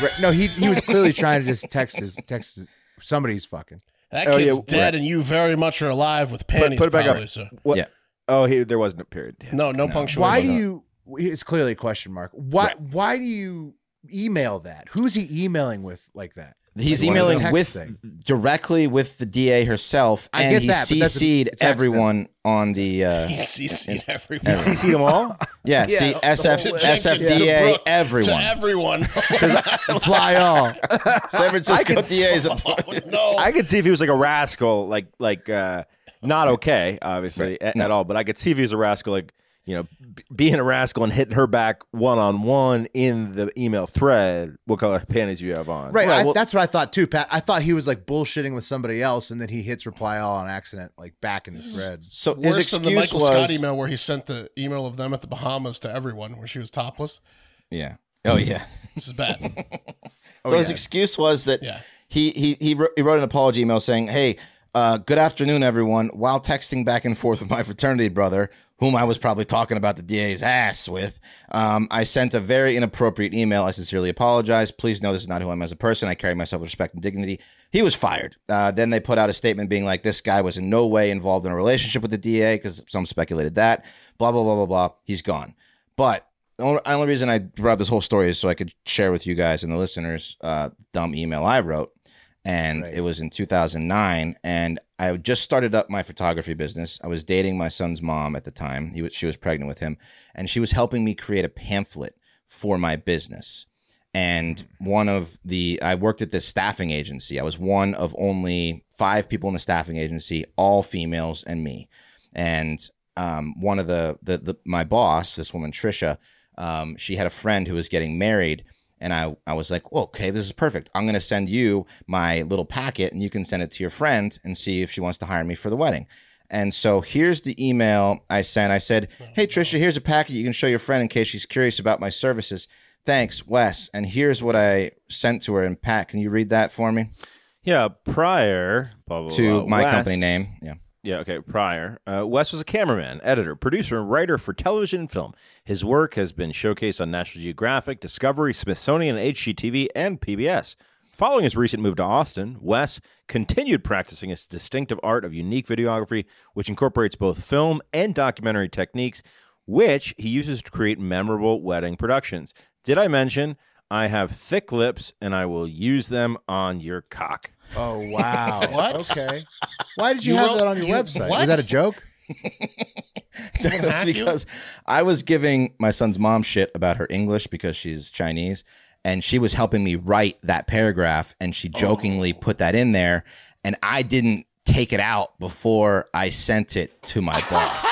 Speaker 2: Right, no, he he was clearly trying to just text his text his, somebody's fucking.
Speaker 1: That
Speaker 4: Oh, yeah,
Speaker 1: kid's
Speaker 4: right.
Speaker 1: dead, and you very much are alive with panties.
Speaker 4: put it back up.
Speaker 1: probably, So.
Speaker 4: What?
Speaker 3: Yeah.
Speaker 4: Oh, he, there wasn't a period. Yeah.
Speaker 1: No, no, punctuation.
Speaker 2: Why do you? It's clearly a question mark. Why why do you email that? Who's he emailing with like that?
Speaker 3: He's
Speaker 2: Like one of the
Speaker 3: emailing
Speaker 2: text
Speaker 3: with
Speaker 2: thing.
Speaker 3: directly with the DA herself,
Speaker 2: I
Speaker 3: and
Speaker 2: get
Speaker 3: he
Speaker 2: that, but that's a-
Speaker 3: CC'd
Speaker 2: it's
Speaker 3: everyone on the uh,
Speaker 1: He CC'd everyone.
Speaker 4: He CC'd them all.
Speaker 3: yeah, see
Speaker 1: To
Speaker 3: SF
Speaker 1: Oh, Jenkins, to
Speaker 3: SFDA
Speaker 1: Brooke,
Speaker 3: everyone
Speaker 1: To everyone.
Speaker 2: Fly all.
Speaker 3: San Francisco
Speaker 4: I can-
Speaker 3: DA is a,
Speaker 1: oh, no.
Speaker 4: I could see if he was like a rascal, like like uh, not okay, obviously a- at, all. But I could see if he was a rascal, like you know, b- being a rascal and hitting her back one on one in the email thread. What color panties you have on?
Speaker 2: Right.
Speaker 3: Right,
Speaker 2: I-
Speaker 3: well-
Speaker 2: that's what I thought too, Pat. I thought he was like bullshitting with somebody else, and then he hits reply all on accident, like back in the thread.
Speaker 3: so his
Speaker 1: Worse than the
Speaker 3: excuse
Speaker 1: Michael Scott
Speaker 3: was
Speaker 1: email where he sent the email of them at the Bahamas to everyone where she was topless.
Speaker 3: yeah oh yeah
Speaker 1: This is bad.
Speaker 3: so his excuse was that
Speaker 1: Yeah.
Speaker 3: he he he wrote, he wrote an apology email saying, "Hey, uh, good afternoon, everyone." While texting back and forth with my fraternity brother, whom I was probably talking about the DA's ass with, um, I sent a very inappropriate email. I sincerely apologize. Please know this is not who I am as a person. I carry myself with respect and dignity. He was fired. Uh, then they put out a statement being like, "This guy was in no way involved in a relationship with the DA," because some speculated that. Blah blah blah blah blah. He's gone, but the only, the only reason I brought up this whole story is so I could share with you guys and the listeners uh, the dumb email I wrote, and it was in 2009, and I had just started up my photography business. I was dating my son's mom at the time; he was, she was pregnant with him, and she was helping me create a pamphlet for my business. And one of the I worked at this staffing agency. I was one of only five people in the staffing agency, all females, and me. And um, one of the, the the my boss, this woman Trisha, um, she had a friend who was getting married, and I I was like, well, okay, this is perfect. I'm gonna send you my little packet, and you can send it to your friend and see if she wants to hire me for the wedding. And so here's the email I sent. I said, hey Trisha, here's a packet you can show your friend in case she's curious about my services. Thanks, Wes. And here's what I sent to her. And Pat, can you read that for me?
Speaker 4: Yeah. Prior blah, blah,
Speaker 3: To
Speaker 4: blah,
Speaker 3: my
Speaker 4: Wes-
Speaker 3: company name. Yeah.
Speaker 4: Yeah, okay. Prior, uh, Wes was a cameraman, editor, producer, and writer for television and film. His work has been showcased on National Geographic, Discovery, Smithsonian, HGTV, and PBS. Following his recent move to Austin, Wes continued practicing his distinctive art of unique videography, which incorporates both film and documentary techniques, which he uses to create memorable wedding productions. Did I mention I have thick lips and I will use them on your cock?
Speaker 2: Oh wow!
Speaker 1: What?
Speaker 2: Okay. Why did you,
Speaker 1: You
Speaker 2: have
Speaker 1: wrote-
Speaker 2: that on your
Speaker 1: you-
Speaker 2: website? Was
Speaker 1: what?
Speaker 2: that a joke?
Speaker 3: That's
Speaker 1: hack you?
Speaker 3: because I was giving my son's mom shit about her English because she's Chinese, and she was helping me write that paragraph, and she jokingly put that in there, and I didn't take it out before I sent it to my boss.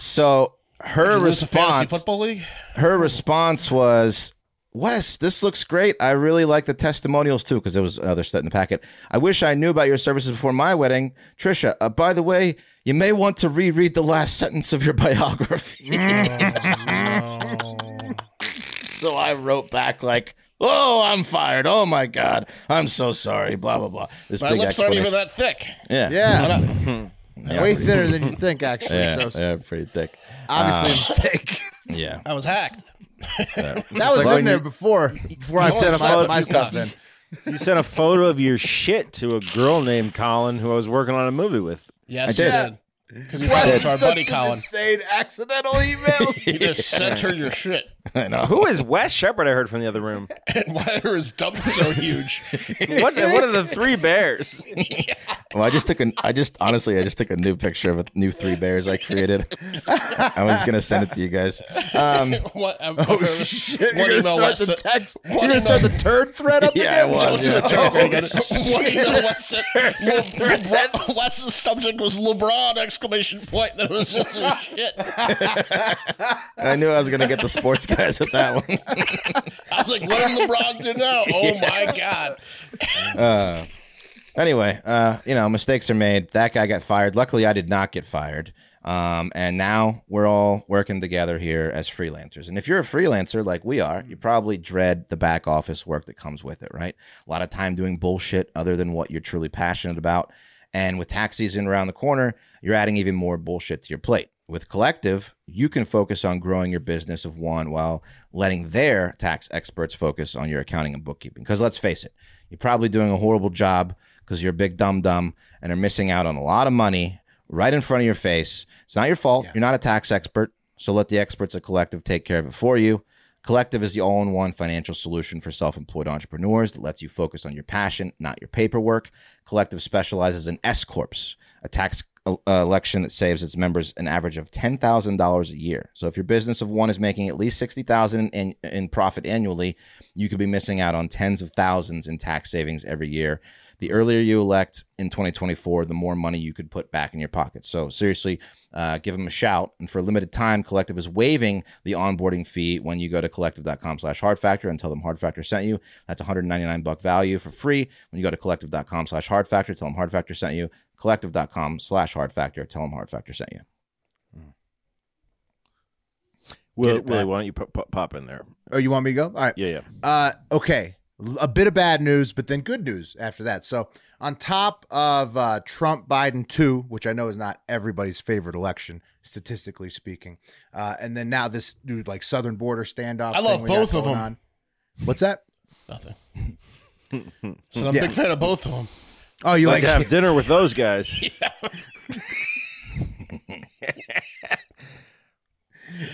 Speaker 3: so her
Speaker 1: Is this a fantasy
Speaker 3: response,
Speaker 1: Football league?
Speaker 3: her response was. Wes, this looks great. I really like the testimonials too, because there was other stuff in the packet. I wish I knew about your services before my wedding. Trisha, uh, by the way, you may want to reread the last sentence of your biography.
Speaker 1: Oh,
Speaker 3: so I wrote back like, "Oh, I'm fired. Oh my god, I'm so sorry." Blah blah blah. This
Speaker 1: My
Speaker 3: big
Speaker 1: lips aren't
Speaker 3: explanation.
Speaker 1: even that thick.
Speaker 3: yeah,
Speaker 2: Yeah.
Speaker 3: Yeah.
Speaker 2: Way thinner than you think, actually.
Speaker 3: yeah, Ah.
Speaker 2: so
Speaker 3: yeah, pretty thick.
Speaker 2: obviously a mistake.
Speaker 3: Yeah.
Speaker 1: I was hacked.
Speaker 2: That was
Speaker 4: like
Speaker 2: in
Speaker 4: when
Speaker 2: there
Speaker 4: you-
Speaker 2: before before I
Speaker 4: you said
Speaker 2: sent my,
Speaker 4: about-
Speaker 2: my stuff in.
Speaker 4: You sent a photo of your shit to a girl named Colin who I was working on a movie with.
Speaker 1: Yes,
Speaker 3: I did.
Speaker 1: you did. Because he was our
Speaker 2: Such
Speaker 1: buddy
Speaker 2: an
Speaker 1: Colin.
Speaker 2: Insane accidental email.
Speaker 1: He just sent her your shit.
Speaker 3: I know.
Speaker 4: Uh, Who is Wes Shepard? I heard from the other room.
Speaker 1: And why are his dumps so huge?
Speaker 4: What's what are the three bears?
Speaker 3: Well, I just took an. I just honestly, I just took a new picture of a new three bears I created. I was gonna send it to you guys. Um,
Speaker 1: what, I'm,
Speaker 2: Oh
Speaker 1: I'm-
Speaker 2: shit!
Speaker 1: What
Speaker 2: You're gonna
Speaker 1: email
Speaker 2: start
Speaker 1: was
Speaker 2: the
Speaker 1: it?
Speaker 2: text. You're
Speaker 1: What
Speaker 2: gonna start the
Speaker 1: email?
Speaker 2: turd thread up
Speaker 3: yeah, I
Speaker 2: again.
Speaker 3: was. Yeah.
Speaker 2: Oh,
Speaker 1: Sorry, I got it. What do you know what's it? LeBron, Wes's subject was LeBron exclamation point. That was just some shit. I
Speaker 3: I knew I was gonna get the sports guys with that one.
Speaker 1: was like, what did LeBron do now? Oh my god!
Speaker 3: Anyway, uh, you know, mistakes are made. That guy got fired. Luckily, I did not get fired. Um, and now we're all working together here as freelancers. And if you're a freelancer like we are, you probably dread the back office work that comes with it, right? A lot of time doing bullshit other than what you're truly passionate about. And with tax season around the corner, you're adding even more bullshit to your plate. With Collective, you can focus on growing your business of one while letting their tax experts focus on your accounting and bookkeeping. Because let's face it, you're probably doing a horrible job because you're a big dumb dumb and are missing out on a lot of money right in front of your face. It's not your fault. You're not a tax expert. So let the experts at Collective take care of it for you. Collective is the all in one financial solution for self employed entrepreneurs that lets you focus on your passion, not your paperwork. Collective specializes in S Corps, a tax uh, election that saves its members an average of $10,000 a year. So if your business of one is making at least $60,000 in, in profit annually, you could be missing out on tens of thousands in tax savings every year. The earlier you elect in 2024, the more money you could put back in your pocket. So seriously, uh, give them a shout. And for a limited time, Collective is waiving the onboarding fee when you go to collective.com slash hard factor and tell them hard factor sent you. That's 199 buck value for free. When you go to collective.com slash hard factor, tell them hard factor sent you. Collective.com slash hard factor, tell them hard factor sent you.
Speaker 4: Will,
Speaker 2: it,
Speaker 4: Willie,
Speaker 2: Pat.
Speaker 4: why don't you pop, pop, pop in there?
Speaker 2: Oh, you want me to go? All right.
Speaker 4: Yeah, yeah.
Speaker 2: Uh, okay. L- A bit of bad news, but then good news after that. So, on top of uh, Trump Biden 2, which I know is not everybody's favorite election, statistically speaking, uh, and then now this dude, like southern border standoff.
Speaker 1: I love
Speaker 2: thing we got
Speaker 1: both of
Speaker 2: going
Speaker 1: them.
Speaker 2: on. What's that?
Speaker 1: Nothing. So I'm a
Speaker 2: Yeah.
Speaker 1: big fan of both of them.
Speaker 2: Oh, you like,
Speaker 4: Like to have dinner with those guys.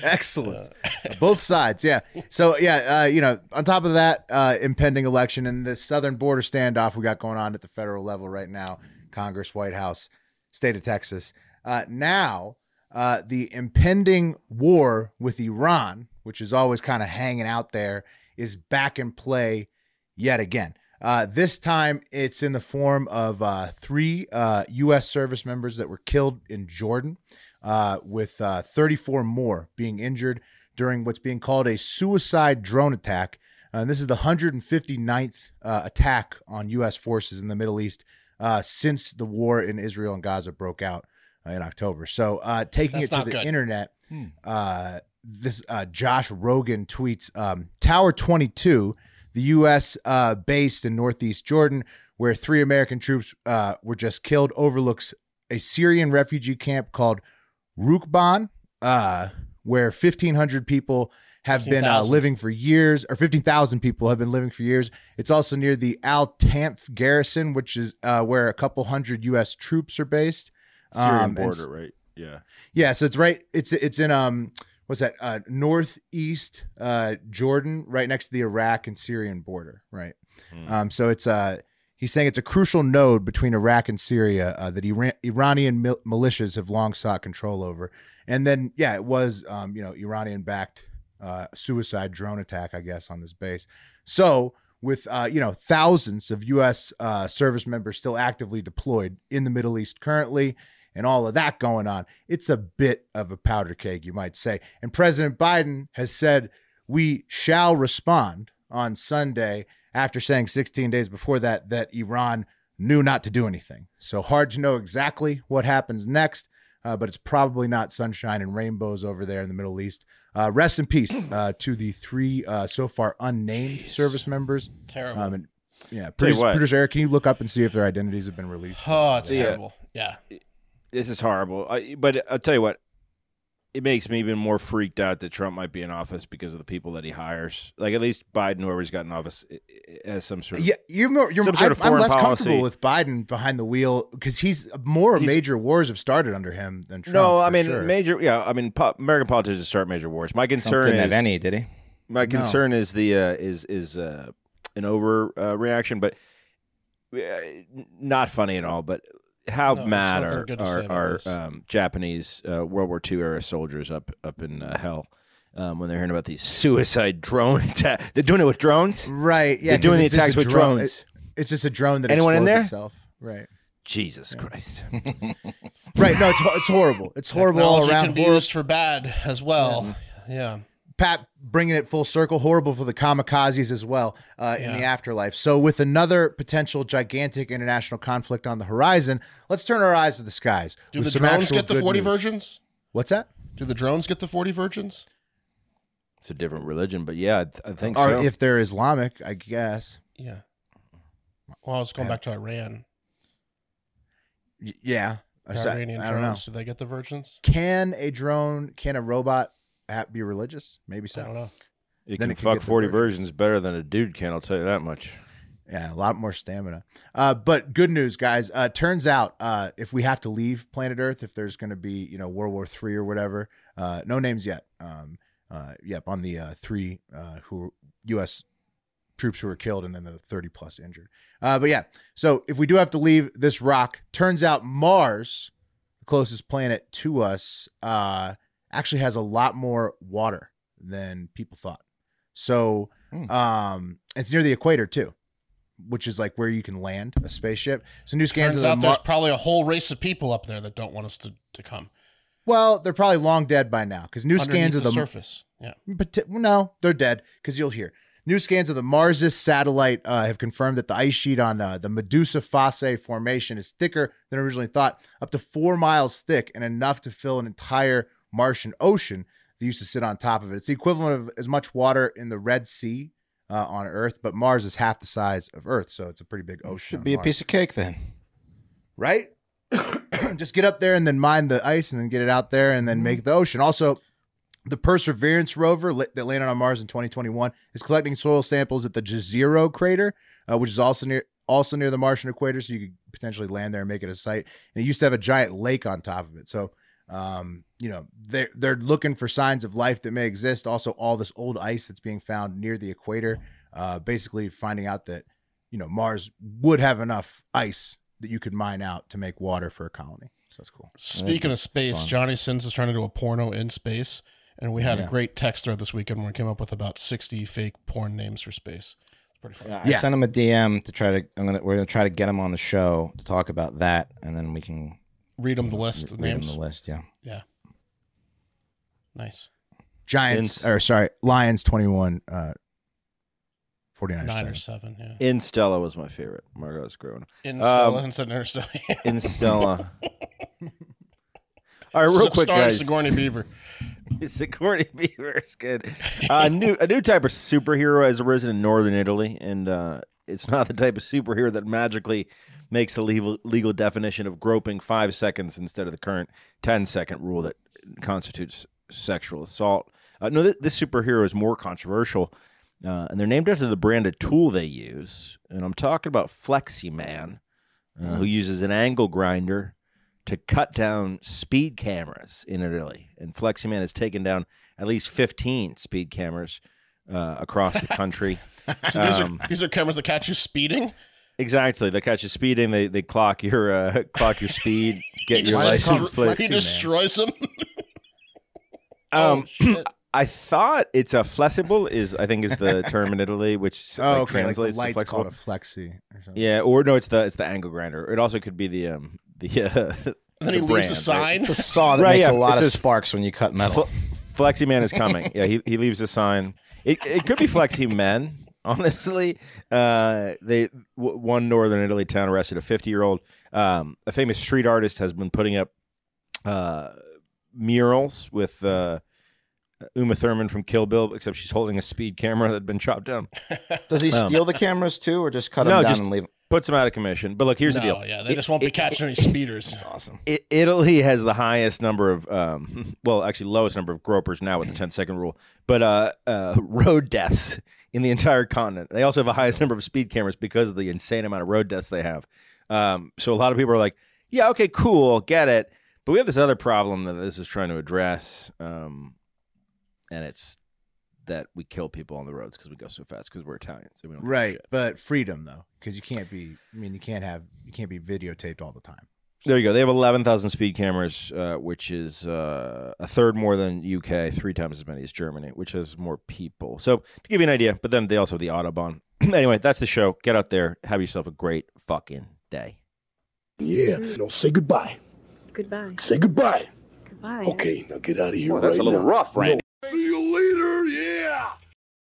Speaker 2: Excellent. Uh, Both sides, yeah. So yeah, uh, you know, on top of that uh, impending election and this southern border standoff we got going on at the federal level right now, Congress, White House, state of Texas. Uh, now, uh, the impending war with Iran, which is always kind of hanging out there, is back in play yet again. Uh, this time, it's in the form of uh, three uh, U.S. service members that were killed in Jordan, uh, with uh, 34 more being injured during what's being called a suicide drone attack. And this is the 159th uh, attack on U.S. forces in the Middle East uh, since the war in Israel and Gaza broke out uh, in October. So, uh, taking
Speaker 1: That's
Speaker 2: it to
Speaker 1: not
Speaker 2: the
Speaker 1: good. Hmm.
Speaker 2: internet, uh, this uh, Josh Rogan tweets um, Tower 22, the U.S. Uh, based in northeast Jordan, where three American troops uh, were just killed, overlooks a Syrian refugee camp called Rukban, uh, where 1,500 people have been uh,
Speaker 1: 15,000.
Speaker 2: living for years, or 15,000 people have been living for years. It's also near the Al Tanf garrison, which is uh, where a couple hundred U.S. troops are based.
Speaker 4: Syrian
Speaker 2: Um, and
Speaker 4: border,
Speaker 2: s-
Speaker 4: right? Yeah.
Speaker 2: yeah, so it's right. It's it's in um what's that uh, northeast uh, Jordan, right next to the Iraq and Syrian border, right. Um, so it's uh he's saying it's a crucial node between Iraq and Syria uh, that Iran- Iranian mil- militias have long sought control over, and then yeah, it was um you know Iranian backed uh, suicide drone attack, I guess, on this base. So with uh, you know thousands of U.S. Uh, service members still actively deployed in the Middle East currently, and all of that going on, it's a bit of a powder keg, you might say. And President Biden has said we shall respond on Sunday after saying 16 days before that that Iran knew not to do anything. So hard to know exactly what happens next. Uh, but it's probably not sunshine and rainbows over there in the Middle East. Uh, rest in peace uh, to the three uh, so far unnamed service members
Speaker 1: Terrible.
Speaker 2: um, and yeah,
Speaker 4: Tell you
Speaker 2: producer,
Speaker 4: what.
Speaker 2: producer Eric, can you look up and see if their identities have been released?
Speaker 1: oh, it's
Speaker 4: Yeah.
Speaker 1: terrible. Yeah.
Speaker 4: This is horrible. I, but I'll tell you what. it makes me even more freaked out that Trump might be in office because of the people that he hires. Like at least Biden, whoever's got in office, i- i- as some sort of
Speaker 2: Yeah, you're more. You're,
Speaker 4: Some sort of
Speaker 2: I'm, I'm
Speaker 4: foreign
Speaker 2: less
Speaker 4: policy.
Speaker 2: comfortable with Biden behind the wheel because he's more
Speaker 4: He's-
Speaker 2: major wars have started under him than Trump.
Speaker 4: No, I
Speaker 2: for
Speaker 4: mean
Speaker 2: sure.
Speaker 4: major. Yeah, I mean po- American politicians start major wars. My
Speaker 3: Trump
Speaker 4: concern
Speaker 3: didn't
Speaker 4: is
Speaker 3: have any, did he?
Speaker 4: my
Speaker 2: No.
Speaker 4: concern is the uh, is is uh, an over uh, reaction, but uh, not funny at all. But how
Speaker 1: No, there's
Speaker 4: mad
Speaker 1: nothing
Speaker 4: are
Speaker 1: good to say about
Speaker 4: are,
Speaker 1: this.
Speaker 4: are um, Japanese uh, World War II era soldiers up up in uh, hell um, when they're hearing about these suicide drone attacks? They're doing it with drones.
Speaker 2: right? Yeah,
Speaker 4: They're
Speaker 2: 'cause
Speaker 4: doing the
Speaker 2: it's just
Speaker 4: attacks
Speaker 2: a
Speaker 4: with
Speaker 2: drone-
Speaker 4: drones.
Speaker 2: it- it's just a drone that
Speaker 4: Anyone in
Speaker 2: explodes
Speaker 4: there?
Speaker 2: itself. Right.
Speaker 4: Jesus Christ!
Speaker 2: Right. No, it's it's horrible. It's horrible all
Speaker 1: Technology
Speaker 2: around.
Speaker 1: can be
Speaker 2: Horrible.
Speaker 1: used for bad as well. Yeah.
Speaker 2: Pat bringing it full circle, horrible for the kamikazes as well uh, in the afterlife. So, with another potential gigantic international conflict on the horizon, let's turn our eyes to the skies.
Speaker 1: Do
Speaker 2: with
Speaker 1: the
Speaker 2: some
Speaker 1: drones
Speaker 2: actual
Speaker 1: get the
Speaker 2: good
Speaker 1: 40
Speaker 2: news.
Speaker 1: virgins?
Speaker 2: What's that?
Speaker 1: Do the drones get the 40 virgins?
Speaker 4: It's a different religion, but yeah, I, th- I think
Speaker 2: Or
Speaker 4: so.
Speaker 2: if they're Islamic, I guess.
Speaker 1: Yeah. Well, I was going back to Iran.
Speaker 2: Y- yeah. I,
Speaker 1: The
Speaker 2: said-
Speaker 1: Iranian
Speaker 2: I don't know.
Speaker 1: drones, do they get the virgins?
Speaker 2: Can a drone, can a robot app be religious? Maybe
Speaker 1: I don't
Speaker 2: so.
Speaker 1: know.
Speaker 4: it
Speaker 2: then
Speaker 4: can
Speaker 2: it can
Speaker 4: fuck
Speaker 2: get the
Speaker 4: forty
Speaker 2: version.
Speaker 4: versions better than a dude can. I'll tell you that much.
Speaker 2: Yeah, a lot more stamina. Uh, but good news, guys. Uh, turns out, uh, if we have to leave planet Earth, if there's going to be, you know, World War Three or whatever, uh, no names yet. Um, uh, yep, on the uh, three uh, who U.S. troops who were killed and then the 30 plus injured. Uh, but yeah, so if we do have to leave this rock, turns out Mars, the closest planet to us, uh, actually has a lot more water than people thought. So
Speaker 3: Hmm.
Speaker 2: um, it's near the equator too, which is like where you can land a spaceship. So new scans
Speaker 1: Turns
Speaker 2: of the
Speaker 1: out
Speaker 2: Mar-
Speaker 1: there's probably a whole race of people up there that don't want us to, to come.
Speaker 2: well, they're probably long dead by now because new scans
Speaker 1: Underneath
Speaker 2: of the,
Speaker 1: surface. Yeah.
Speaker 2: But t- no, they're dead because you'll hear. New scans of the Marsis satellite uh, have confirmed that the ice sheet on uh, the Medusa Fossae formation is thicker than originally thought, up to four miles thick and enough to fill an entire Martian ocean that used to sit on top of it. It's the equivalent of as much water in the Red Sea uh, on Earth, but Mars is half the size of Earth, so it's a pretty big ocean.
Speaker 3: Should
Speaker 2: on
Speaker 3: be a
Speaker 2: Mars.
Speaker 3: piece of cake then.
Speaker 2: right? Just get up there and then mine the ice and then get it out there and then make the ocean. Also, the Perseverance rover li- that landed on Mars in 2021 is collecting soil samples at the Jezero crater, uh, which is also near also near the Martian equator, so you could potentially land there and make it a site. And it used to have a giant lake on top of it, so um, you know they're they're looking for signs of life that may exist. Also, all this old ice that's being found near the equator, uh, basically finding out that you know Mars would have enough ice that you could mine out to make water for a colony. So that's cool.
Speaker 1: Speaking of space, Johnny Sins is trying to do a porno in space, and we had a great text thread this weekend when we came up with about sixty fake porn names for space. It's pretty fun.
Speaker 3: I sent him a DM to try to. I'm gonna. We're gonna try to get him on the show to talk about that, and then we can
Speaker 1: Read
Speaker 4: Mm,
Speaker 1: them the list of
Speaker 3: read him
Speaker 1: names.
Speaker 3: the list. Yeah.
Speaker 1: Yeah, nice.
Speaker 2: Giants
Speaker 4: Ins-
Speaker 2: or sorry, Lions 21 uh 49ers.
Speaker 1: Nine
Speaker 2: seven.
Speaker 1: or seven. Yeah,
Speaker 4: Instella was my favorite. Margot's growing up.
Speaker 1: in
Speaker 4: Um,
Speaker 1: Stella instead of Interstellar.
Speaker 4: Instella. All right, real quick,
Speaker 1: Starring
Speaker 4: guys.
Speaker 1: Sigourney Beaver.
Speaker 4: Sigourney Beaver is good. Uh, new a new type of superhero has arisen in northern Italy, and uh, it's not the type of superhero that magically makes the legal legal definition of groping five seconds instead of the current 10 second rule that constitutes sexual assault. Uh, no, th- this superhero is more controversial, uh, and they're named after the brand of tool they use, and I'm talking about Flexi Man, uh,
Speaker 1: Hmm.
Speaker 4: who uses an angle grinder to cut down speed cameras in Italy. And Fleximan has taken down at least 15 speed cameras uh, across the country.
Speaker 1: So these
Speaker 4: Um,
Speaker 1: are these are cameras that catch you speeding.
Speaker 4: exactly. They catch you speeding. They, they clock your uh, clock your speed, get your
Speaker 2: just
Speaker 4: license
Speaker 2: called
Speaker 4: plate.
Speaker 1: He
Speaker 2: Flexi-Man.
Speaker 1: destroys them.
Speaker 4: Um,
Speaker 1: oh, shit.
Speaker 4: I thought it's a flexible is I think is the term in Italy, which
Speaker 2: Oh, okay.
Speaker 4: like,
Speaker 2: Like the
Speaker 4: translates to
Speaker 2: lights
Speaker 4: flexible.
Speaker 2: called a flexi or something.
Speaker 4: yeah, or no, it's the it's the angle grinder. It also could be the um the uh,
Speaker 1: And then he
Speaker 4: the brand,
Speaker 1: leaves a
Speaker 4: right?
Speaker 1: sign.
Speaker 3: It's a
Speaker 2: Oh,
Speaker 3: saw that
Speaker 4: Right,
Speaker 3: makes
Speaker 4: yeah,
Speaker 3: a lot
Speaker 4: it's
Speaker 3: of
Speaker 4: a-
Speaker 3: sparks when you cut metal.
Speaker 4: Fle- Flexi Man is coming. yeah, he, he leaves a sign. It, it could be Flexi Men. Honestly, uh, they w- one northern Italy town arrested a 50 year old. Um, a famous street artist has been putting up uh, murals with uh, Uma Thurman from Kill Bill, except she's holding a speed camera that had been chopped down.
Speaker 3: Does he
Speaker 4: No.
Speaker 3: steal the cameras too, or just cut
Speaker 4: No,
Speaker 3: them down
Speaker 4: just-
Speaker 3: and leave?
Speaker 4: puts them out of commission. But look, here's the
Speaker 1: No,
Speaker 4: deal.
Speaker 1: yeah, they
Speaker 4: It-
Speaker 1: just won't be
Speaker 4: it-
Speaker 1: catching any speeders.
Speaker 3: Awesome.
Speaker 4: I- Italy has the highest number of, um, well, actually lowest number of gropers now with the 10 second rule, but uh, uh, road deaths in the entire continent. They also have the highest number of speed cameras because of the insane amount of road deaths they have. Um, so a lot of people are like, yeah, okay, cool, get it. But we have this other problem that this is trying to address, um, and it's that we kill people on the roads because we go so fast because we're Italians. And we don't give a
Speaker 2: Right,
Speaker 4: shit.
Speaker 2: but freedom though, because you can't be. I mean, you can't have. You can't be videotaped all the time.
Speaker 4: There you go. They have 11,000 speed cameras, uh, which is uh, a third more than UK, three times as many as Germany, which has more people. So to give you an idea, but then they also have the Autobahn. anyway, that's the show. Get out there. Have yourself a great fucking day.
Speaker 7: Yeah. No, say goodbye.
Speaker 8: Goodbye.
Speaker 7: Say goodbye.
Speaker 8: Goodbye.
Speaker 7: Okay, now get out of here
Speaker 9: Well, that's
Speaker 7: right
Speaker 9: a little
Speaker 7: now.
Speaker 9: rough, Randy.